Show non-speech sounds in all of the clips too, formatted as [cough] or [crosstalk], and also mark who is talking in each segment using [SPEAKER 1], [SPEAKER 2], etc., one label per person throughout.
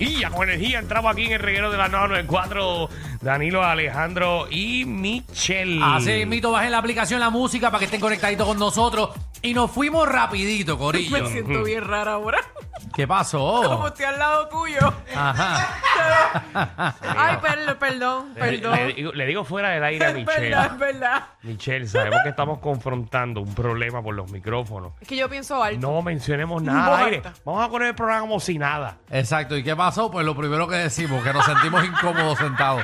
[SPEAKER 1] Y ya con energía entramos aquí en el reguero de la 994. Danilo, Alejandro y Michelle.
[SPEAKER 2] Ah,
[SPEAKER 3] Así mito, bajen la aplicación La Música para que estén conectaditos con nosotros. Y nos fuimos rapidito, Corillo.
[SPEAKER 2] [laughs] Me siento bien rara ahora. [laughs]
[SPEAKER 3] ¿Qué
[SPEAKER 2] Como
[SPEAKER 3] pasó?
[SPEAKER 2] estoy al lado tuyo.
[SPEAKER 3] Oh.
[SPEAKER 2] [laughs]
[SPEAKER 3] Ajá.
[SPEAKER 2] Ay, perdón, perdón,
[SPEAKER 1] Le-
[SPEAKER 2] perdón.
[SPEAKER 1] Le, digo- le digo fuera del aire a
[SPEAKER 2] [laughs] Es verdad, es
[SPEAKER 1] Michelle.
[SPEAKER 2] verdad.
[SPEAKER 1] Michelle, sabemos que estamos confrontando un problema por los micrófonos.
[SPEAKER 2] Es que yo pienso alto.
[SPEAKER 1] No mencionemos nada al
[SPEAKER 2] Voz
[SPEAKER 1] aire.
[SPEAKER 2] alta.
[SPEAKER 1] Vamos a poner el programa como si
[SPEAKER 2] [laughs]
[SPEAKER 1] nada.
[SPEAKER 3] Exacto. ¿Y qué pasó? Pues lo primero que decimos, que nos sentimos incómodos sentados.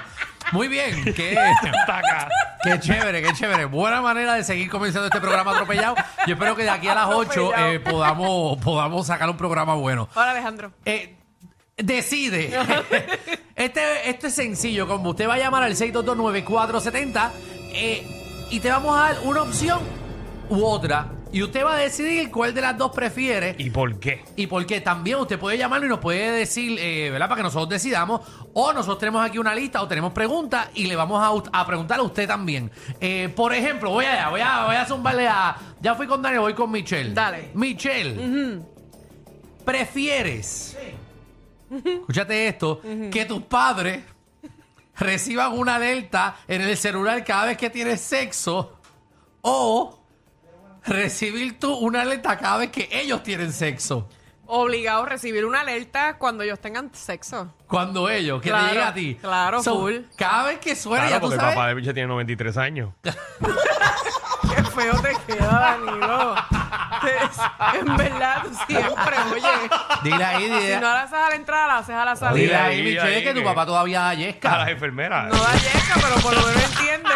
[SPEAKER 3] Muy bien, qué,
[SPEAKER 1] Hasta acá.
[SPEAKER 3] qué chévere, qué chévere. Buena manera de seguir comenzando este programa atropellado. Yo espero que de aquí a las 8
[SPEAKER 2] Atropellado.
[SPEAKER 3] eh, podamos, podamos sacar un programa bueno.
[SPEAKER 2] Ahora, Alejandro.
[SPEAKER 3] Eh, decide. este, esto es sencillo, como usted va a llamar al 6229470 eh, y te vamos a dar una opción u otra. Y usted va a decidir cuál de las dos prefiere.
[SPEAKER 1] ¿Y por qué?
[SPEAKER 3] Y porque también usted puede llamarlo y nos puede decir, eh, ¿verdad? Para que nosotros decidamos. O nosotros tenemos aquí una lista o tenemos preguntas y le vamos a, us- a preguntar a usted también. Eh, por ejemplo, voy allá, voy a, voy a zumbarle a. Ya fui con Daniel, voy con Michelle.
[SPEAKER 2] Dale.
[SPEAKER 3] Michelle, ¿prefieres? Escúchate esto: que tus padres reciban una alerta en el celular cada vez que tienes sexo o recibir tú una alerta cada vez que ellos tienen sexo.
[SPEAKER 2] Obligado a recibir una alerta cuando ellos tengan
[SPEAKER 3] [laughs]
[SPEAKER 2] sexo.
[SPEAKER 3] Cuando ellos, que
[SPEAKER 2] Claro,
[SPEAKER 3] te llegue a ti.
[SPEAKER 2] claro, full.
[SPEAKER 3] Cada vez que suena,
[SPEAKER 1] Claro,
[SPEAKER 3] ya tú
[SPEAKER 1] porque el
[SPEAKER 3] sabes.
[SPEAKER 1] papá de Michelle tiene 93
[SPEAKER 2] [laughs]
[SPEAKER 1] años.
[SPEAKER 2] Qué feo te queda, Danilo. Te- en verdad, tú siempre, oye.
[SPEAKER 3] Dile ahí,
[SPEAKER 2] Si
[SPEAKER 3] dile,
[SPEAKER 2] no la haces a la entrada, la haces a la
[SPEAKER 3] dile
[SPEAKER 2] salida.
[SPEAKER 1] Dile
[SPEAKER 3] ahí,
[SPEAKER 1] ahí,
[SPEAKER 3] Michelle,
[SPEAKER 1] ahí,
[SPEAKER 3] que tu
[SPEAKER 1] que-
[SPEAKER 3] papá todavía
[SPEAKER 1] A las
[SPEAKER 3] yesca.
[SPEAKER 1] enfermeras.
[SPEAKER 2] No da yeca, pero por lo menos entiende.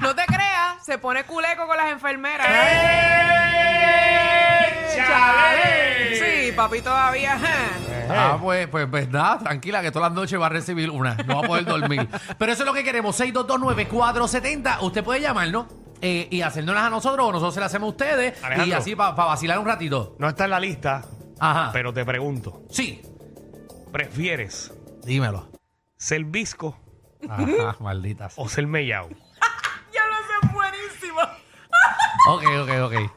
[SPEAKER 2] No te creas, se pone culeco con las enfermeras.
[SPEAKER 3] Eh,
[SPEAKER 1] ¡Échale!
[SPEAKER 2] Sí, papi todavía. ajá.
[SPEAKER 3] Ah, pues, pues, pues nada, tranquila, que todas las noches va a recibir una. No va a
[SPEAKER 1] [laughs]
[SPEAKER 3] poder dormir. Pero eso es lo que queremos: 6229470. Usted puede llamarnos eh, y hacérnoslas a nosotros o nosotros se las hacemos a ustedes. Y
[SPEAKER 1] Alejandro.
[SPEAKER 3] así para vacilar un ratito.
[SPEAKER 1] No está en la lista,
[SPEAKER 2] Ah.
[SPEAKER 3] Ajá.
[SPEAKER 1] pero te pregunto.
[SPEAKER 3] Sí,
[SPEAKER 1] ¿Prefieres
[SPEAKER 3] dímelo.
[SPEAKER 1] ser visco [laughs]
[SPEAKER 3] Ajá, maldita. sea.
[SPEAKER 1] o ser mellao?
[SPEAKER 2] Ya lo sé, buenísimo.
[SPEAKER 1] Oh.
[SPEAKER 3] Ok, ok, ok.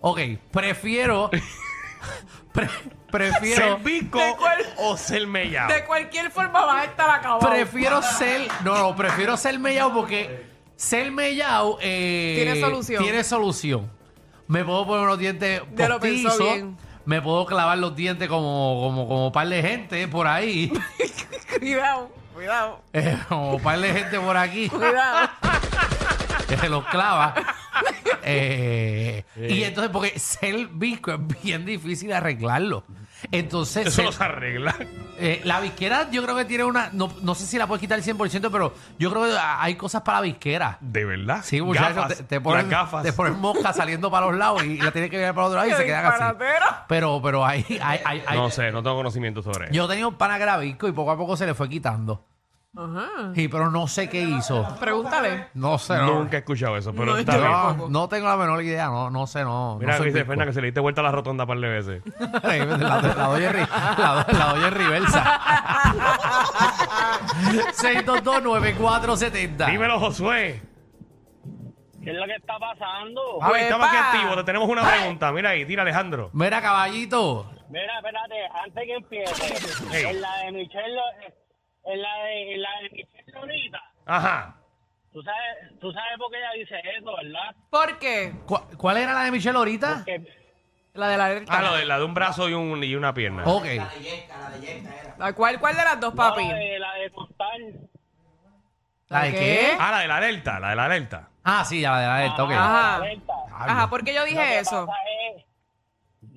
[SPEAKER 3] Ok, prefiero. [laughs] pre- prefiero.
[SPEAKER 1] ¿Ser visco
[SPEAKER 2] ¿De cuál?
[SPEAKER 1] o ser mellao?
[SPEAKER 2] De cualquier forma vas a estar acabado.
[SPEAKER 3] Prefiero ser. No, no, prefiero ser mellao porque ser mellao. eh,
[SPEAKER 2] Tiene solución.
[SPEAKER 3] Tiene solución. Me puedo poner unos dientes
[SPEAKER 2] Ya lo pensó
[SPEAKER 3] postizos.
[SPEAKER 2] bien.
[SPEAKER 3] Me puedo clavar los dientes como, como, como par de gente por ahí. [laughs]
[SPEAKER 2] Cuidado, cuidado,
[SPEAKER 3] eh, como par de gente por aquí [laughs]
[SPEAKER 2] cuidado.
[SPEAKER 3] que se los
[SPEAKER 2] [laughs]
[SPEAKER 3] clava. Eh, Y entonces, porque ser visco es bien difícil arreglarlo. Entonces,
[SPEAKER 1] Eso
[SPEAKER 3] ser-
[SPEAKER 1] los arregla.
[SPEAKER 3] Eh, la visquera yo creo que tiene una... No, no sé si la puedes quitar el 100%, pero yo creo que a- hay cosas para la visquera.
[SPEAKER 1] De verdad.
[SPEAKER 3] Sí, muchachos, te, te ponen,
[SPEAKER 1] las gafas.
[SPEAKER 3] te ponen mosca saliendo para los lados y, y la tienes que virar para el otro lado y
[SPEAKER 2] Qué
[SPEAKER 3] se quedan así.
[SPEAKER 2] disparatero.
[SPEAKER 3] Pero, pero [laughs] hay... hay, hay, hay-
[SPEAKER 1] No sé, no tengo conocimiento sobre eso.
[SPEAKER 3] Yo tenía un pana que era visco y poco a poco se le fue quitando.
[SPEAKER 2] Ajá.
[SPEAKER 3] Y pero no sé qué hizo.
[SPEAKER 2] Pregúntale.
[SPEAKER 3] No sé, no.
[SPEAKER 1] Nunca he escuchado eso, pero
[SPEAKER 2] No,
[SPEAKER 1] está
[SPEAKER 2] yo
[SPEAKER 1] bien.
[SPEAKER 3] No, no tengo la menor idea, no, no sé, no.
[SPEAKER 1] Mira,
[SPEAKER 3] no soy
[SPEAKER 1] dice
[SPEAKER 3] visco.
[SPEAKER 1] Fernan, que se le diste vuelta a la rotonda un par de veces.
[SPEAKER 3] [laughs]
[SPEAKER 1] [laughs]
[SPEAKER 3] Ay, [laughs] la, la doy en, ri- la, doy- la doy en reversa. [laughs] 6229470.
[SPEAKER 1] Dímelo, Josué.
[SPEAKER 4] ¿Qué es lo que está pasando?
[SPEAKER 1] A ver,
[SPEAKER 2] Uepa.
[SPEAKER 1] estamos aquí activos, te tenemos una pregunta. Mira ahí, tira, Alejandro.
[SPEAKER 3] Mira, caballito.
[SPEAKER 4] Mira, espérate, antes que empiece,
[SPEAKER 1] Hey.
[SPEAKER 4] en la de Michelle, Lo- en la de, en la de Michelle Lolita,
[SPEAKER 1] Ajá.
[SPEAKER 4] tú sabes, tú sabes por qué ella dice eso, ¿verdad?
[SPEAKER 2] ¿Por qué?
[SPEAKER 3] ¿Cu- ¿Cuál era la de Michelle ahorita?
[SPEAKER 4] Que,
[SPEAKER 2] La de la alerta.
[SPEAKER 1] Ah, lo de, la de un brazo y, un, y una pierna.
[SPEAKER 3] Ok. Ah.
[SPEAKER 2] La- ¿Cuál, ¿Cuál de las dos, papi?
[SPEAKER 3] eh.
[SPEAKER 4] La de, la de Constan-
[SPEAKER 3] ¿La de qué?
[SPEAKER 1] Ah, la de la delta, la de la delta.
[SPEAKER 3] Ah, sí, la de la alerta, ok.
[SPEAKER 2] Ajá.
[SPEAKER 4] Delta.
[SPEAKER 2] Ajá, ¿por qué yo
[SPEAKER 4] Lo que
[SPEAKER 2] dije eso?
[SPEAKER 4] pasa es-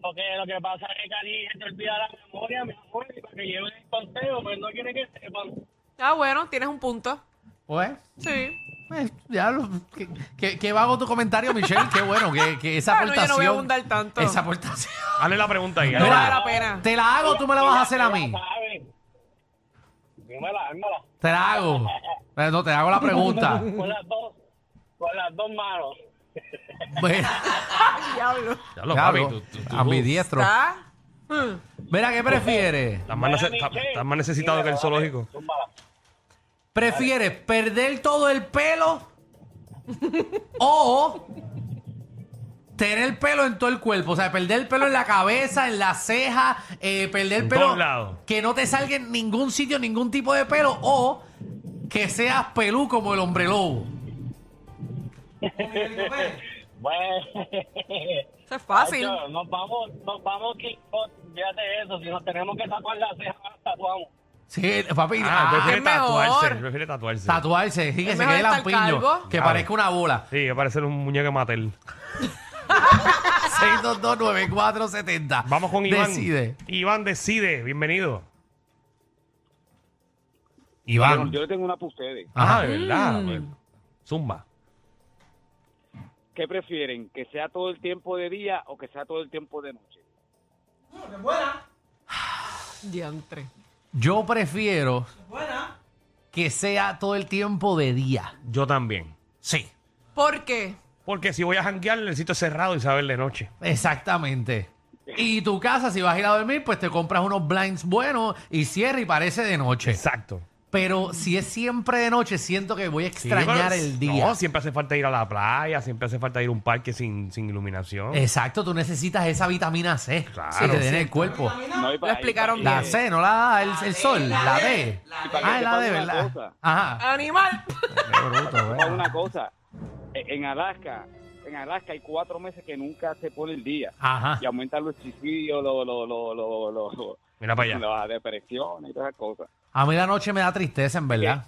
[SPEAKER 4] Lo que, lo que pasa es que Cali se te olvida la memoria, mi amor, y para que lleven el conteo, pues no quiere que sepan.
[SPEAKER 2] Ah, bueno, tienes un punto.
[SPEAKER 3] Pues,
[SPEAKER 2] Sí.
[SPEAKER 3] pues, diablo, qué, qué, qué vago tu comentario, Michelle. Qué bueno, que, que esa
[SPEAKER 2] Ah, no, yo no voy a
[SPEAKER 3] aportación.
[SPEAKER 2] abundar tanto.
[SPEAKER 3] Esa aportación.
[SPEAKER 1] Hazle la pregunta ahí.
[SPEAKER 2] No
[SPEAKER 1] hazle la-
[SPEAKER 2] vale la pena.
[SPEAKER 3] ¿Te la hago o tú me la vas a hacer a mí?
[SPEAKER 4] ¿Sabe? Dímela, dímela.
[SPEAKER 3] Te la hago. Pero no, te hago la
[SPEAKER 1] [laughs]
[SPEAKER 3] pregunta.
[SPEAKER 4] Con las dos, con las dos manos.
[SPEAKER 3] Bueno,
[SPEAKER 2] Diablo.
[SPEAKER 1] Ya lo,
[SPEAKER 3] claro,
[SPEAKER 1] papi, tú- tú- tú-
[SPEAKER 3] a mi diestro.
[SPEAKER 2] ¿Está?
[SPEAKER 3] Mira, ¿qué prefieres?
[SPEAKER 1] Estás más, nece-
[SPEAKER 4] Michelle.
[SPEAKER 1] estás- estás más necesitado que el zoológico.
[SPEAKER 4] Zúmbala.
[SPEAKER 3] ¿Prefieres perder todo el pelo o tener pelo en todo el cuerpo? O sea, perder el pelo en la cabeza, en la ceja, eh, perder
[SPEAKER 1] En
[SPEAKER 3] pelo.
[SPEAKER 1] todos lados.
[SPEAKER 3] Que no te salga en ningún sitio, ningún tipo de pelo o que seas pelú como el hombre lobo.
[SPEAKER 4] [laughs] Bueno.
[SPEAKER 2] Eso es fácil.
[SPEAKER 4] Nacho, nos vamos, nos vamos, que- oh, fíjate eso, si nos tenemos que tapar las cejas, nos tatuamos.
[SPEAKER 3] Sí, papi.
[SPEAKER 1] Ah,
[SPEAKER 3] ah,
[SPEAKER 1] prefiere
[SPEAKER 2] es mejor.
[SPEAKER 1] tatuarse. Prefiere tatuarse.
[SPEAKER 3] tatuarse, sí, que
[SPEAKER 2] Es
[SPEAKER 3] se
[SPEAKER 2] mejor
[SPEAKER 3] quede
[SPEAKER 2] estar
[SPEAKER 3] lampiño,
[SPEAKER 2] calvo.
[SPEAKER 3] que
[SPEAKER 1] Claro.
[SPEAKER 3] parezca una bola.
[SPEAKER 1] sí, que parece un muñeco matel.
[SPEAKER 2] Ah.
[SPEAKER 3] 6229470.
[SPEAKER 1] Vamos con Iván.
[SPEAKER 3] Decide.
[SPEAKER 1] Iván decide. Bienvenido.
[SPEAKER 3] Iván.
[SPEAKER 5] Yo le tengo una para ustedes.
[SPEAKER 1] Ah, de
[SPEAKER 2] Mm.
[SPEAKER 1] verdad. pues. Zumba.
[SPEAKER 5] ¿Qué prefieren? ¿Que sea todo el tiempo de día o que sea todo el tiempo de noche?
[SPEAKER 2] Diantre.
[SPEAKER 3] Yo prefiero que sea todo el tiempo de día.
[SPEAKER 1] Yo también.
[SPEAKER 3] Sí.
[SPEAKER 2] ¿Por qué?
[SPEAKER 1] Porque si voy a janguear, el sitio es cerrado y saber de noche.
[SPEAKER 3] Exactamente. Y tu casa, si vas a ir a dormir, pues te compras unos blinds buenos y cierra y parece de noche.
[SPEAKER 1] Exacto.
[SPEAKER 3] Pero si es siempre de noche, siento que voy a
[SPEAKER 1] Sí,
[SPEAKER 3] extrañar
[SPEAKER 1] pero-
[SPEAKER 3] el día.
[SPEAKER 1] No, siempre hace falta ir a la playa, siempre hace falta ir a un parque sin, sin iluminación.
[SPEAKER 3] Exacto, tú necesitas esa vitamina C
[SPEAKER 1] Claro.
[SPEAKER 3] que te dé en el cuerpo.
[SPEAKER 5] No, y
[SPEAKER 2] Lo explicaron
[SPEAKER 5] y-
[SPEAKER 3] La
[SPEAKER 2] bien.
[SPEAKER 3] C, no la da el, el sol, la D.
[SPEAKER 5] y para que
[SPEAKER 3] Ah, la
[SPEAKER 5] sepan
[SPEAKER 3] D,
[SPEAKER 5] una
[SPEAKER 3] ¿verdad?
[SPEAKER 5] cosa.
[SPEAKER 2] [laughs]
[SPEAKER 3] Ajá.
[SPEAKER 2] Animal.
[SPEAKER 3] Qué bruto,
[SPEAKER 5] para
[SPEAKER 3] ¿verdad?
[SPEAKER 5] una cosa. E- En Alaska, en Alaska hay cuatro meses que nunca se pone el día.
[SPEAKER 3] Ajá.
[SPEAKER 5] Y aumentan los suicidios, lo, lo, lo, lo, lo- lo-
[SPEAKER 1] Mira
[SPEAKER 5] [laughs]
[SPEAKER 1] para allá.
[SPEAKER 5] las depresiones y todas esas cosas.
[SPEAKER 3] A mí la noche me da tristeza, en verdad.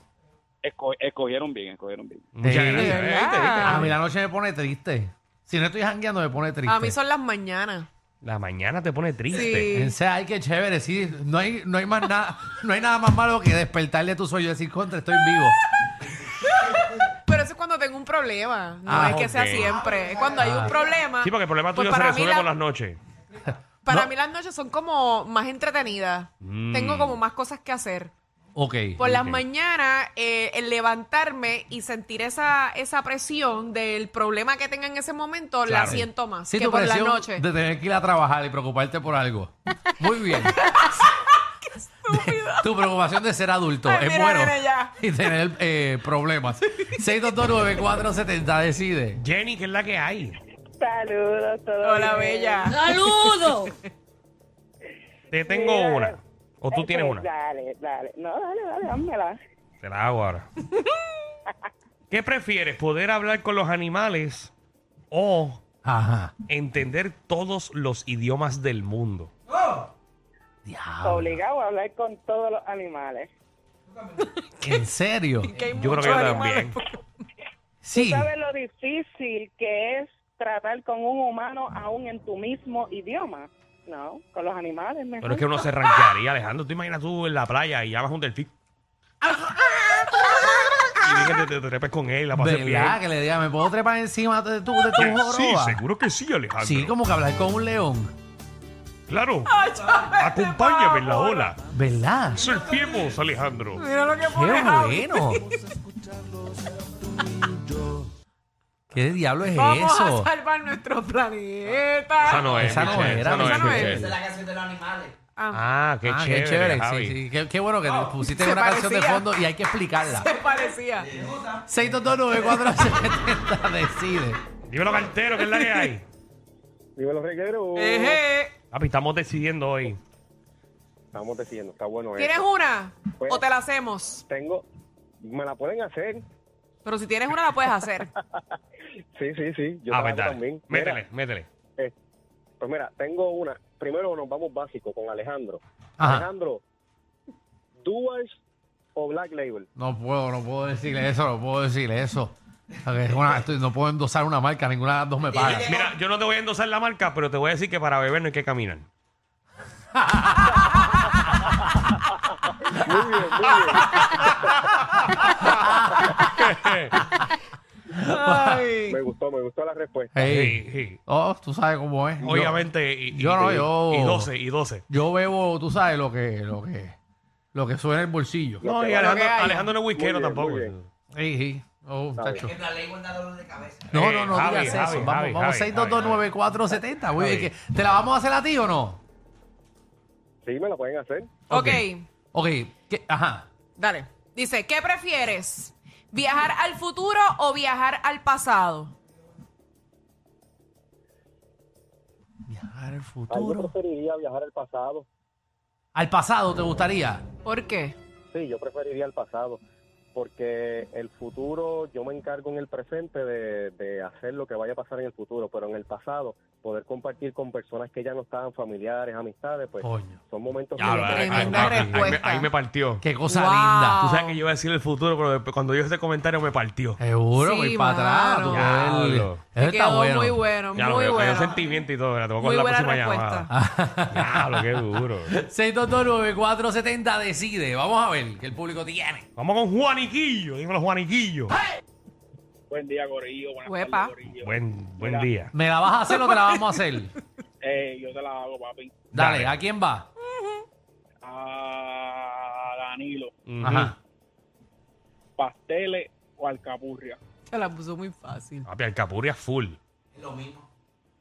[SPEAKER 5] Esco- escogieron bien, escogieron bien.
[SPEAKER 1] Muchas
[SPEAKER 3] Sí.
[SPEAKER 1] gracias.
[SPEAKER 2] ¿Verdad?
[SPEAKER 1] ¿Viste? ¿Viste?
[SPEAKER 3] A mí la noche me pone triste. Si no estoy jangueando, me pone triste.
[SPEAKER 2] A mí son las mañanas.
[SPEAKER 1] La mañana te pone triste.
[SPEAKER 2] Sí.
[SPEAKER 3] En sea, ay, qué chévere. Sí, no hay, no hay más nada, [laughs] no hay nada más malo que despertarle tu sueño y decir, contra, estoy vivo.
[SPEAKER 2] Pero eso es cuando tengo un problema. No
[SPEAKER 3] Ah,
[SPEAKER 2] es que sea
[SPEAKER 1] ok.
[SPEAKER 2] siempre. Es cuando hay un problema.
[SPEAKER 1] Sí, porque el problema
[SPEAKER 2] Pues
[SPEAKER 1] tuyo se
[SPEAKER 2] para mí
[SPEAKER 1] resuelve
[SPEAKER 2] la-
[SPEAKER 1] por las noches.
[SPEAKER 2] Para
[SPEAKER 3] No.
[SPEAKER 2] mí las noches son como más entretenidas. Tengo como más cosas que hacer.
[SPEAKER 3] Ok.
[SPEAKER 2] Por las
[SPEAKER 1] Ok.
[SPEAKER 2] mañanas, eh, el levantarme y sentir esa, esa presión del problema que tenga en ese momento, la
[SPEAKER 1] Claro.
[SPEAKER 2] siento más
[SPEAKER 3] Sí,
[SPEAKER 2] que
[SPEAKER 3] tu
[SPEAKER 2] por la
[SPEAKER 3] presión
[SPEAKER 2] noche.
[SPEAKER 3] de tener que ir a trabajar y preocuparte por
[SPEAKER 2] [laughs]
[SPEAKER 3] algo. Muy bien. tu preocupación de ser adulto
[SPEAKER 2] Ay,
[SPEAKER 3] es
[SPEAKER 2] mira,
[SPEAKER 3] bueno.
[SPEAKER 2] nene, ya.
[SPEAKER 3] [laughs] Y tener eh,
[SPEAKER 2] [laughs]
[SPEAKER 3] problemas. 6229470, decide.
[SPEAKER 1] Jenny, ¿qué es la que hay?
[SPEAKER 6] Saludos, todo
[SPEAKER 2] Hola,
[SPEAKER 6] bien.
[SPEAKER 5] [laughs]
[SPEAKER 2] bella.
[SPEAKER 7] ¡Saludos!
[SPEAKER 1] Te tengo
[SPEAKER 6] Mira,
[SPEAKER 1] una. O tú tienes
[SPEAKER 6] Pues,
[SPEAKER 1] una.
[SPEAKER 6] Dale, dale. No, dale, dale, dámela.
[SPEAKER 1] Te la hago ahora. ¿Qué prefieres? ¿Poder hablar con los animales o
[SPEAKER 3] Ajá.
[SPEAKER 1] entender todos los idiomas del mundo? Ah.
[SPEAKER 3] Diablo.
[SPEAKER 6] Obligado a hablar con todos los animales.
[SPEAKER 3] ¿En
[SPEAKER 2] [laughs]
[SPEAKER 3] serio?
[SPEAKER 2] Que hay
[SPEAKER 1] Yo creo
[SPEAKER 2] muchos
[SPEAKER 1] que yo
[SPEAKER 2] animales.
[SPEAKER 1] también.
[SPEAKER 3] Sí.
[SPEAKER 6] ¿Sabes lo difícil que es tratar con un humano aún en tu mismo idioma? No, con los animales mejor.
[SPEAKER 1] Pero es que uno se ranquearía, Alejandro. ¿Tú imaginas tú en la playa y llamas a un delfín? y que te, te trepes con él, la pases bien.
[SPEAKER 3] ¿Verdad? Que le diga, ¿me puedo trepar encima de tu, de tu joroba?
[SPEAKER 1] Sí, seguro que sí, Alejandro.
[SPEAKER 3] Sí, como que hablar con un león.
[SPEAKER 1] Claro. Acompáñame en la ola.
[SPEAKER 3] ¿Verdad?
[SPEAKER 1] Surfiemos, Alejandro.
[SPEAKER 2] Mira lo que
[SPEAKER 3] ¡Qué
[SPEAKER 2] pone Javi.
[SPEAKER 3] bueno! ¿Qué diablo es
[SPEAKER 2] Vamos
[SPEAKER 3] eso?
[SPEAKER 2] a salvar nuestro planeta.
[SPEAKER 1] Esa no es,
[SPEAKER 3] Esa no
[SPEAKER 1] Michelle,
[SPEAKER 3] era,
[SPEAKER 1] esa no
[SPEAKER 2] esa
[SPEAKER 1] es,
[SPEAKER 2] no es.
[SPEAKER 1] Michelle.
[SPEAKER 2] Ah,
[SPEAKER 1] Ah, qué
[SPEAKER 3] Ah,
[SPEAKER 1] chévere, Javi.
[SPEAKER 3] sí, sí. Qué, qué bueno que pusiste
[SPEAKER 2] se
[SPEAKER 3] una canción de
[SPEAKER 2] parecía.
[SPEAKER 3] fondo y hay que explicarla.
[SPEAKER 2] se
[SPEAKER 5] [laughs]
[SPEAKER 2] parecía.
[SPEAKER 3] 6229470 decide.
[SPEAKER 1] Dímelo, cartero, que es la que hay.
[SPEAKER 5] los regueros.
[SPEAKER 2] Eh. Ejé.
[SPEAKER 1] [laughs] Papi, estamos decidiendo hoy.
[SPEAKER 5] Estamos decidiendo, está bueno
[SPEAKER 2] ¿Tienes una?
[SPEAKER 5] Pues-
[SPEAKER 2] ¿O te la hacemos?
[SPEAKER 5] Tengo, me la pueden hacer.
[SPEAKER 2] Pero si tienes
[SPEAKER 5] [laughs]
[SPEAKER 2] una, la puedes hacer.
[SPEAKER 5] Sí, sí, sí. Yo
[SPEAKER 1] ah, verdad. Métele, métele.
[SPEAKER 4] Pues mira, tengo una. Primero nos vamos básico con Alejandro.
[SPEAKER 3] Ajá.
[SPEAKER 4] Alejandro, ¿Duals o Black Label?
[SPEAKER 3] No puedo, no puedo decirle eso, no puedo decirle eso. A ver, una- estoy- no puedo endosar una marca, ninguna de las dos me paga.
[SPEAKER 1] Mira, yo no te voy a endosar la marca, pero te voy a decir que para beber no hay que caminar.
[SPEAKER 4] Muy bien, muy bien.
[SPEAKER 2] Ay.
[SPEAKER 4] Me gustó, me gustó la respuesta.
[SPEAKER 3] Ey,
[SPEAKER 1] Sí, sí.
[SPEAKER 3] Oh, tú sabes cómo es. Yo-
[SPEAKER 1] Obviamente, y, y-
[SPEAKER 3] yo no,
[SPEAKER 1] y-
[SPEAKER 3] yo-
[SPEAKER 1] y 12, y 12.
[SPEAKER 3] Yo bebo, tú sabes lo que, lo que, lo que suena el bolsillo.
[SPEAKER 1] No, y
[SPEAKER 4] que-
[SPEAKER 1] Alejandro,
[SPEAKER 2] lo que haya.
[SPEAKER 1] Alejandro no es whiskero
[SPEAKER 4] Muy bien,
[SPEAKER 1] tampoco.
[SPEAKER 4] muy bien.
[SPEAKER 3] Ey, ey. Oh, muchacho.
[SPEAKER 1] Eh,
[SPEAKER 3] No, no, no
[SPEAKER 1] Javi,
[SPEAKER 3] digas
[SPEAKER 1] Javi,
[SPEAKER 3] eso.
[SPEAKER 1] Javi,
[SPEAKER 3] vamos,
[SPEAKER 1] Javi,
[SPEAKER 3] vamos 6229470. Muy bien,
[SPEAKER 1] Javi.
[SPEAKER 3] que- ¿Te la vamos a hacer a ti o no?
[SPEAKER 4] Sí, me la pueden hacer.
[SPEAKER 2] Ok,
[SPEAKER 3] Ok, ¿qué? ajá.
[SPEAKER 2] dale. Dice, ¿qué prefieres? ¿Viajar al futuro o viajar al pasado?
[SPEAKER 3] Viajar al
[SPEAKER 4] Ay, yo
[SPEAKER 3] futuro.
[SPEAKER 4] preferiría viajar al pasado.
[SPEAKER 3] ¿Al pasado te gustaría?
[SPEAKER 2] ¿Por qué?
[SPEAKER 4] Sí, yo preferiría el pasado, porque el futuro, yo me encargo en el presente de, de hacer lo que vaya a pasar en el futuro, pero en el pasado, poder compartir con personas que ya no estaban familiares, amistades, pues
[SPEAKER 3] Coño.
[SPEAKER 4] son momentos
[SPEAKER 1] Ya,
[SPEAKER 4] que...
[SPEAKER 1] ahí- ahí-
[SPEAKER 2] Tremenda
[SPEAKER 1] ahí- ahí- ahí, me-
[SPEAKER 2] respuesta.
[SPEAKER 1] ahí me partió.
[SPEAKER 3] Qué cosa
[SPEAKER 2] Wow.
[SPEAKER 3] linda.
[SPEAKER 1] Tú sabes que yo iba a decir el futuro, pero después, cuando yo este comentario me partió.
[SPEAKER 3] Seguro,
[SPEAKER 2] Sí,
[SPEAKER 3] voy para atrás.
[SPEAKER 2] mano.
[SPEAKER 3] tú ves.
[SPEAKER 1] Diablo.
[SPEAKER 3] Eso
[SPEAKER 2] Te
[SPEAKER 3] está
[SPEAKER 2] quedó
[SPEAKER 3] bueno.
[SPEAKER 2] muy bueno,
[SPEAKER 1] Ya,
[SPEAKER 2] muy
[SPEAKER 1] me, me dio
[SPEAKER 2] bueno.
[SPEAKER 1] sentimiento y todo. Mira, te voy a
[SPEAKER 2] Muy
[SPEAKER 1] coger la
[SPEAKER 2] buena
[SPEAKER 1] próxima
[SPEAKER 2] respuesta.
[SPEAKER 3] Ah.
[SPEAKER 1] llamada. Diablo, qué duro.
[SPEAKER 3] 6229470 decide. Vamos a ver qué el público tiene.
[SPEAKER 1] Vamos con Juaniquillo. Dímelo, Juaniquillo.
[SPEAKER 4] Buen día, Gorillo.
[SPEAKER 2] Huepa. tardes,
[SPEAKER 1] Buen, buen día.
[SPEAKER 3] ¿Me la vas a hacer o te la vamos
[SPEAKER 1] [laughs]
[SPEAKER 3] a hacer?
[SPEAKER 4] Eh, yo te la hago, papi.
[SPEAKER 3] Dale,
[SPEAKER 1] Dale.
[SPEAKER 3] ¿a quién va?
[SPEAKER 4] A Danilo,
[SPEAKER 1] Ujú.
[SPEAKER 3] Ajá.
[SPEAKER 4] pasteles o alcapurria.
[SPEAKER 2] Te la puso muy fácil.
[SPEAKER 1] Papi, Alcapurria full.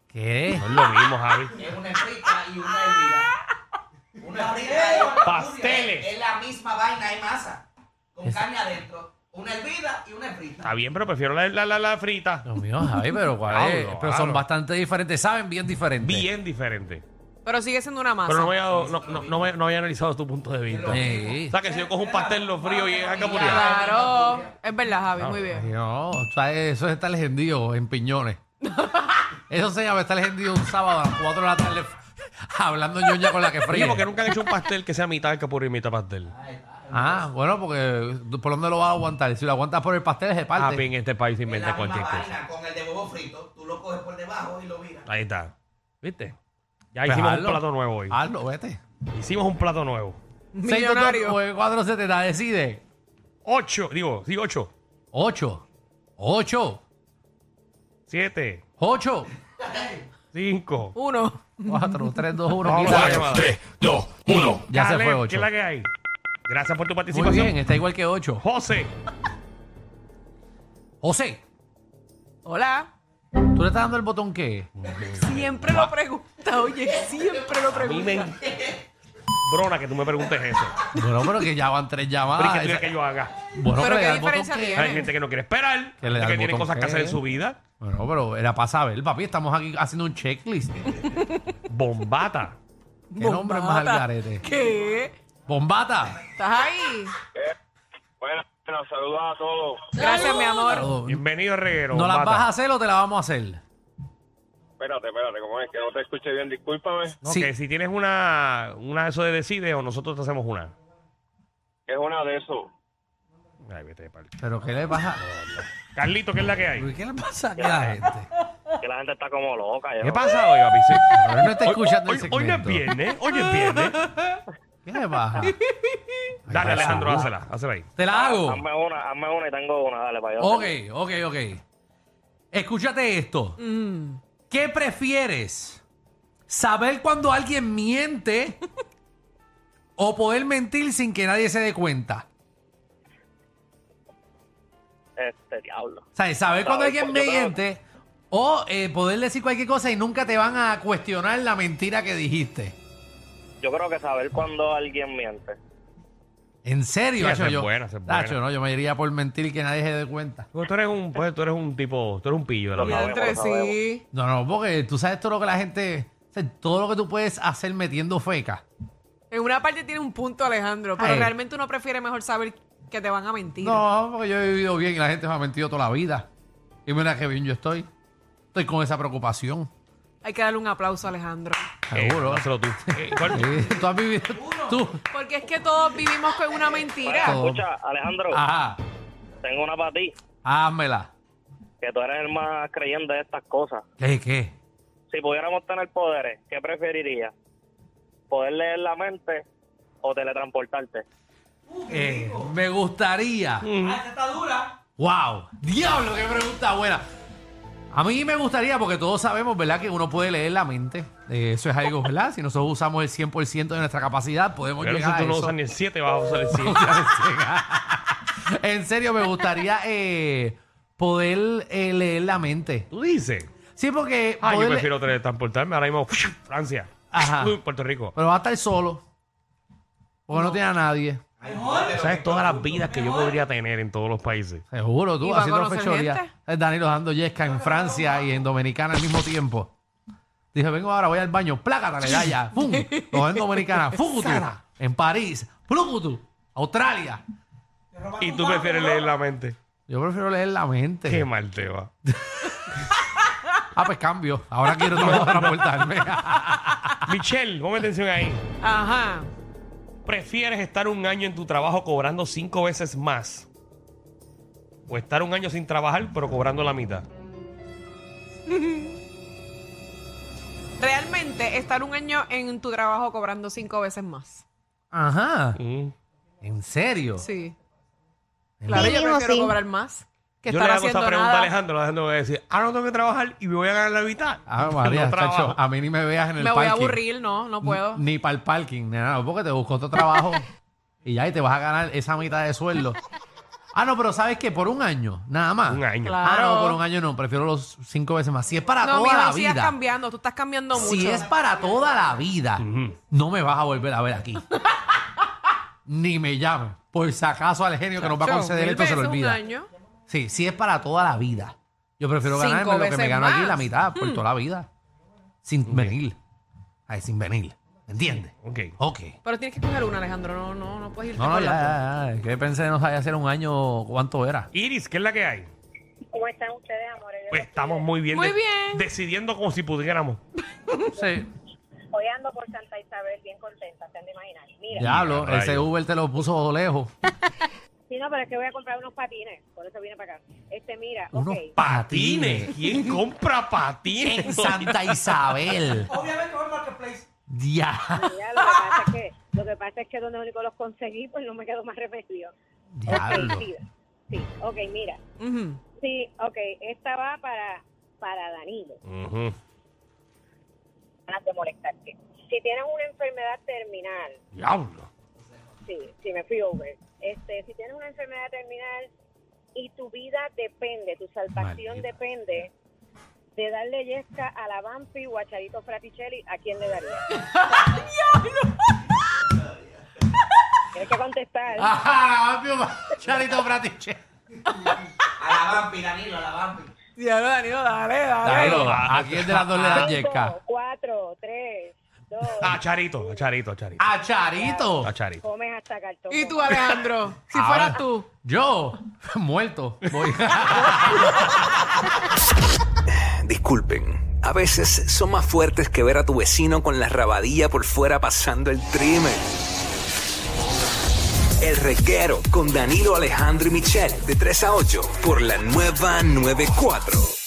[SPEAKER 3] ¿Qué?
[SPEAKER 1] No es lo mismo, Javi.
[SPEAKER 7] Una frita y una hervida. Una frita y una
[SPEAKER 1] Pasteles.
[SPEAKER 7] Es la misma vaina, hay masa. Con carne adentro. Una hervida y una frita.
[SPEAKER 1] Está bien, pero prefiero la, la, la, la frita.
[SPEAKER 3] Dios mío, Javi, pero cuál es.
[SPEAKER 1] Diablo,
[SPEAKER 3] Pero son
[SPEAKER 1] diablo.
[SPEAKER 3] bastante diferentes, saben bien diferentes.
[SPEAKER 1] Bien diferente.
[SPEAKER 2] Pero sigue siendo una masa.
[SPEAKER 1] Pero no había, no, no, no había- no había analizado tu punto de vista.
[SPEAKER 3] Sí.
[SPEAKER 1] O sea, que si yo cojo un pastel lo frío y es Ah. alcapurria.
[SPEAKER 2] Claro. Es verdad, Javi, muy bien.
[SPEAKER 3] No, o sea, eso es estar legendio
[SPEAKER 1] [laughs]
[SPEAKER 3] en piñones. Eso se llama estar legendio un sábado a las 4 de la tarde [laughs] hablando ñoña con la que
[SPEAKER 1] Oye,
[SPEAKER 3] fríe.
[SPEAKER 1] porque nunca han hecho un pastel que sea mitad alcapurria y mitad pastel.
[SPEAKER 3] Ah, bueno, porque ¿tú ¿por dónde lo vas a aguantar? Si lo aguantas por el pastel, se
[SPEAKER 1] Ah,
[SPEAKER 3] parte.
[SPEAKER 1] en este país
[SPEAKER 7] Es
[SPEAKER 1] inventa
[SPEAKER 7] la misma
[SPEAKER 1] cualquier cosa.
[SPEAKER 7] vaina con el de huevo frito. Tú lo coges por debajo y lo miras.
[SPEAKER 1] Ahí está. ¿Viste? Ya
[SPEAKER 3] Pues
[SPEAKER 1] hicimos
[SPEAKER 3] hazlo.
[SPEAKER 1] un plato nuevo hoy.
[SPEAKER 3] Hazlo, vete.
[SPEAKER 1] Hicimos un plato nuevo.
[SPEAKER 2] Millonario.
[SPEAKER 3] 470, decide.
[SPEAKER 1] Ocho, digo, sí, ocho.
[SPEAKER 3] 8, 8,
[SPEAKER 1] Siete,
[SPEAKER 3] 8,
[SPEAKER 1] cinco.
[SPEAKER 2] Uno.
[SPEAKER 3] 4, 3, 2, 1.
[SPEAKER 1] Vamos a la llamada.
[SPEAKER 3] Ya se
[SPEAKER 1] Caleb,
[SPEAKER 3] fue
[SPEAKER 1] ¿Qué
[SPEAKER 3] 8.
[SPEAKER 1] es la que hay? Gracias por tu
[SPEAKER 3] Muy
[SPEAKER 1] participación.
[SPEAKER 3] bien, está igual que 8.
[SPEAKER 1] José.
[SPEAKER 3] José,
[SPEAKER 2] Hola.
[SPEAKER 3] ¿tú le estás dando el botón qué?
[SPEAKER 2] Siempre lo pregunta, oye, siempre lo
[SPEAKER 1] A mí me...
[SPEAKER 2] pregunta.
[SPEAKER 1] Brona, que tú me preguntes eso.
[SPEAKER 3] Bueno, pero que ya van tres
[SPEAKER 1] Pero ¿y
[SPEAKER 3] llamadas.
[SPEAKER 1] qué tú quieres
[SPEAKER 3] Ah, Esa-
[SPEAKER 1] que yo haga?
[SPEAKER 3] Bueno,
[SPEAKER 2] Pero
[SPEAKER 3] pero,
[SPEAKER 2] qué
[SPEAKER 3] le da el botón
[SPEAKER 2] diferencia
[SPEAKER 3] que-
[SPEAKER 2] tiene.
[SPEAKER 1] Hay gente que no quiere esperar,
[SPEAKER 3] Que le
[SPEAKER 1] gente
[SPEAKER 3] da
[SPEAKER 1] que
[SPEAKER 3] el
[SPEAKER 1] tiene
[SPEAKER 3] botón
[SPEAKER 1] cosas que hacer en
[SPEAKER 3] que-
[SPEAKER 1] su vida.
[SPEAKER 3] Bueno, pero era para saber, papi. Estamos aquí haciendo un checklist.
[SPEAKER 2] [laughs]
[SPEAKER 3] ¿Qué
[SPEAKER 1] Bombata.
[SPEAKER 3] nombre más al garete?
[SPEAKER 2] ¿Qué?
[SPEAKER 3] Bombata.
[SPEAKER 2] ¿Estás ahí?
[SPEAKER 4] Bueno, bueno, saludos a todos.
[SPEAKER 2] Gracias, mi amor.
[SPEAKER 1] Bienvenido, reguero.
[SPEAKER 3] ¿No las
[SPEAKER 1] bombata.
[SPEAKER 3] vas a hacer o te la vamos a hacer?
[SPEAKER 4] Espérate, espérate, como es que no te escuché bien, discúlpame.
[SPEAKER 1] No,
[SPEAKER 3] Sí.
[SPEAKER 1] que si tienes una, una de eso de decide o nosotros te hacemos una.
[SPEAKER 4] Es una de esos.
[SPEAKER 1] Ay, vete, pal.
[SPEAKER 3] ¿Pero qué le pasa?
[SPEAKER 1] Carlito, ¿qué es la que hay?
[SPEAKER 3] ¿Pero ¿Qué le pasa aquí a la gente?
[SPEAKER 4] Que la gente está como loca.
[SPEAKER 1] ¿Qué pasa hoy, papi? Sí.
[SPEAKER 3] Pero él no está
[SPEAKER 1] Hoy-
[SPEAKER 3] escuchando
[SPEAKER 1] hoy,
[SPEAKER 3] el
[SPEAKER 1] hoy no es
[SPEAKER 3] segmento.
[SPEAKER 1] viernes, hoy es viernes.
[SPEAKER 3] ¿Qué le pasa?
[SPEAKER 1] [laughs] Dale, Alejandro, hazla, hazla ahí.
[SPEAKER 3] Te la hago.
[SPEAKER 4] una, hazme una y tengo una, dale para
[SPEAKER 3] Ok, ok, ok. Escúchate esto.
[SPEAKER 1] Mm.
[SPEAKER 3] ¿Qué prefieres? ¿Saber cuando
[SPEAKER 1] [laughs]
[SPEAKER 3] alguien miente o poder mentir sin que nadie se dé cuenta?
[SPEAKER 4] Este diablo.
[SPEAKER 3] O sea, saber cuando
[SPEAKER 4] Saber
[SPEAKER 3] alguien
[SPEAKER 4] cuando yo
[SPEAKER 3] miente o eh, poder decir cualquier cosa y nunca te van a cuestionar la mentira que dijiste.
[SPEAKER 4] Yo creo que saber cuando alguien miente.
[SPEAKER 3] ¿En serio?
[SPEAKER 1] Sí,
[SPEAKER 3] Nacho?
[SPEAKER 1] esa es
[SPEAKER 3] yo,
[SPEAKER 1] buena, esa es buena.
[SPEAKER 3] Nacho, no, yo me iría por mentir y que nadie se dé cuenta.
[SPEAKER 1] Tú eres un, pues, tú eres un tipo, tú eres un pillo de la
[SPEAKER 4] Lo
[SPEAKER 2] Ya
[SPEAKER 1] vida.
[SPEAKER 4] sabemos,
[SPEAKER 2] entre
[SPEAKER 4] lo sabemos.
[SPEAKER 2] sí.
[SPEAKER 3] No, no, porque tú sabes todo lo que la gente... o sea, todo lo que tú puedes hacer metiendo feca.
[SPEAKER 2] En una parte tiene un punto, Alejandro, pero
[SPEAKER 3] Ay.
[SPEAKER 2] realmente uno prefiere mejor saber que te van a mentir.
[SPEAKER 3] No, porque yo he vivido bien y la gente me ha mentido toda la vida. Y mira qué bien yo estoy. Estoy con esa preocupación.
[SPEAKER 2] Hay que darle un aplauso a Alejandro.
[SPEAKER 3] Seguro.
[SPEAKER 1] hazlo tú. Eh, ¿cuál-
[SPEAKER 3] Sí, Tú has vivido. Tú.
[SPEAKER 2] Porque es que todos vivimos con una mentira.
[SPEAKER 4] Escucha, Alejandro,
[SPEAKER 1] Ah.
[SPEAKER 3] Ajá.
[SPEAKER 4] tengo una para ti,
[SPEAKER 3] Házmela.
[SPEAKER 4] que tú eres el más creyente de estas cosas.
[SPEAKER 3] ¿Qué? ¿Qué?
[SPEAKER 4] Si pudiéramos tener poderes, ¿qué preferirías? ¿Poder leer la mente o teletransportarte?
[SPEAKER 3] Eh, me gustaría.
[SPEAKER 7] Ah, esta está dura.
[SPEAKER 3] ¡Wow! ¡Diablo, qué pregunta buena! A mí me gustaría, porque todos sabemos, ¿verdad?, que uno puede leer la mente. Eh, eso es algo, ¿verdad? Si nosotros usamos el 100% de nuestra capacidad, podemos
[SPEAKER 1] Pero si
[SPEAKER 3] llegar
[SPEAKER 1] tú
[SPEAKER 3] a
[SPEAKER 1] no
[SPEAKER 3] eso.
[SPEAKER 1] usas ni el 7, vas a usar el [laughs] 7.
[SPEAKER 3] en serio, me gustaría eh, poder eh, leer la mente.
[SPEAKER 1] ¿Tú dices?
[SPEAKER 3] Sí, porque.
[SPEAKER 1] Ah, yo
[SPEAKER 3] poder-
[SPEAKER 1] prefiero teletransportarme ahora mismo. Francia.
[SPEAKER 3] Ajá.
[SPEAKER 1] Uy, Puerto Rico.
[SPEAKER 3] Pero va a estar solo. Porque no, tiene a nadie.
[SPEAKER 1] ¿Sabes todas las vidas que yo podría tener en todos los países?
[SPEAKER 3] Seguro,
[SPEAKER 2] ¿Y
[SPEAKER 3] tú,
[SPEAKER 2] va a
[SPEAKER 3] haciendo
[SPEAKER 2] conocer
[SPEAKER 3] fechoría.
[SPEAKER 2] gente?
[SPEAKER 3] Es Danilo dando yesca en Francia y en Dominicana al mismo tiempo. Dije, vengo ahora, voy al baño, plácata, le da ya, ¡fum! Los en
[SPEAKER 2] [laughs]
[SPEAKER 3] Dominicana, ¡fucutu! En París, ¡plucutu! Australia.
[SPEAKER 1] Y tú prefieres leer la mente.
[SPEAKER 3] Yo prefiero leer la mente.
[SPEAKER 1] Qué mal te va.
[SPEAKER 3] Ah, pues cambio. Ahora
[SPEAKER 1] [laughs]
[SPEAKER 3] quiero transportarme.
[SPEAKER 1] Michelle, ponme atención ahí.
[SPEAKER 2] Ajá.
[SPEAKER 1] ¿Prefieres estar un año en tu trabajo cobrando cinco veces más? ¿O estar un año sin trabajar pero cobrando la mitad?
[SPEAKER 2] Realmente estar un año en tu trabajo cobrando cinco veces más.
[SPEAKER 3] [laughs] Ajá.
[SPEAKER 1] Mm.
[SPEAKER 3] ¿En serio?
[SPEAKER 2] Sí. Claro, yo
[SPEAKER 8] Mínimo
[SPEAKER 2] prefiero
[SPEAKER 8] sí.
[SPEAKER 2] cobrar más que
[SPEAKER 1] Yo
[SPEAKER 2] estar
[SPEAKER 1] le hago esa
[SPEAKER 2] haciendo
[SPEAKER 1] pregunta a
[SPEAKER 2] nada.
[SPEAKER 1] Alejandro, Alejandro me va a decir, ah, no tengo que trabajar y me voy a ganar la mitad.
[SPEAKER 3] Ah,
[SPEAKER 1] [laughs] No
[SPEAKER 3] María,
[SPEAKER 1] trabajo.
[SPEAKER 3] chacho, a mí ni me veas en el
[SPEAKER 2] Me voy a
[SPEAKER 3] parking.
[SPEAKER 2] aburrir, no, no puedo.
[SPEAKER 3] N- Ni para el parking, ni nada, porque te busco otro
[SPEAKER 2] [laughs]
[SPEAKER 3] trabajo y ya y te vas a ganar esa mitad de sueldo. Ah, no, pero ¿sabes qué? Por un año, nada más.
[SPEAKER 1] Un año.
[SPEAKER 2] Claro.
[SPEAKER 3] Ah, no, por un año no, prefiero los cinco veces más. Si es para
[SPEAKER 2] No,
[SPEAKER 3] toda
[SPEAKER 2] mijo,
[SPEAKER 3] la
[SPEAKER 2] no sigas
[SPEAKER 3] vida,
[SPEAKER 2] cambiando, tú estás cambiando mucho.
[SPEAKER 3] si es para toda la vida,
[SPEAKER 1] Ujú.
[SPEAKER 3] no me vas a volver a ver aquí.
[SPEAKER 2] [laughs]
[SPEAKER 3] Ni me llames. Por si acaso al genio que nos va a
[SPEAKER 2] Chacho,
[SPEAKER 3] conceder
[SPEAKER 2] mil
[SPEAKER 3] esto se lo
[SPEAKER 2] veces un
[SPEAKER 3] olvida.
[SPEAKER 2] año.
[SPEAKER 3] Sí, si es para toda la vida. Yo prefiero
[SPEAKER 2] Cinco
[SPEAKER 3] ganarme lo que me
[SPEAKER 2] veces
[SPEAKER 3] gano aquí,
[SPEAKER 2] más.
[SPEAKER 3] la mitad, por toda la vida. Sin venir. Ay, sin venir. ¿Me entiendes?
[SPEAKER 1] Ok.
[SPEAKER 3] Ok.
[SPEAKER 2] Pero tienes que coger una, Alejandro. No, no, no puedes irte
[SPEAKER 3] No, no,
[SPEAKER 2] con
[SPEAKER 3] ya,
[SPEAKER 2] las dos.
[SPEAKER 3] ya, ya. Es Que pensé no sabía hacer un año cuánto era.
[SPEAKER 1] Iris, ¿qué es la que hay?
[SPEAKER 8] ¿Cómo están ustedes, amores? Yo
[SPEAKER 1] Pues
[SPEAKER 8] los
[SPEAKER 1] estamos muy bien.
[SPEAKER 2] Muy
[SPEAKER 1] de-
[SPEAKER 2] bien.
[SPEAKER 1] Decidiendo como si pudiéramos.
[SPEAKER 3] Sí.
[SPEAKER 8] quiero. Hoy ando por Santa Isabel bien contenta, se han de imaginar. Mira,
[SPEAKER 3] Diablo,
[SPEAKER 1] Rayo.
[SPEAKER 3] ese Uber te lo puso lejos.
[SPEAKER 8] sí, no, pero es que voy a comprar unos patines, por eso vine para acá. Este, mira,
[SPEAKER 3] Unos
[SPEAKER 8] ok.
[SPEAKER 3] patines.
[SPEAKER 1] ¿Quién compra
[SPEAKER 3] En
[SPEAKER 1] patines?
[SPEAKER 3] Santa Isabel.
[SPEAKER 7] Obviamente no es marketplace.
[SPEAKER 3] Dia-
[SPEAKER 8] Mira, lo que pasa es que, lo que pasa es que donde único los conseguí, pues no me quedó más remedio.
[SPEAKER 3] Diablo.
[SPEAKER 2] [laughs]
[SPEAKER 8] Ok, sí, sí, ok, mira.
[SPEAKER 2] Ujú.
[SPEAKER 8] Sí, ok, esta va para, para Danilo,
[SPEAKER 1] Ujú.
[SPEAKER 8] ganas de molestarte. Si tienes una enfermedad terminal,
[SPEAKER 1] Diablo.
[SPEAKER 8] sí, sí me fui over. Este, si tienes una enfermedad terminal y tu vida depende, tu salvación
[SPEAKER 3] Maldita.
[SPEAKER 8] depende de darle yesca a la Bampi o a Charito Fraticelli, ¿a quién le daría? Tienes que contestar.
[SPEAKER 3] Ah, Ajá, la papi, Charito Pratiche.
[SPEAKER 7] A la vampi, Danilo, a la vampi.
[SPEAKER 2] Diablo, Danilo, dale, dale.
[SPEAKER 3] Diablo, ¿a quién de las dos le das
[SPEAKER 8] Cinco,
[SPEAKER 3] yesca?
[SPEAKER 8] cuatro, tres, dos.
[SPEAKER 1] A Ah, Charito, a Charito, a Charito.
[SPEAKER 3] A Charito.
[SPEAKER 1] A Charito.
[SPEAKER 8] Comes hasta cartón.
[SPEAKER 2] Y tú, Alejandro, si
[SPEAKER 3] Ahora-
[SPEAKER 2] fueras tú.
[SPEAKER 3] Yo, [laughs] muerto. Voy.
[SPEAKER 9] Disculpen, a veces son más fuertes que ver a tu vecino con la rabadilla por fuera pasando el trimmer. El reguero con Danilo Alejandro y Michel de 3 a 8 por la nueva 94.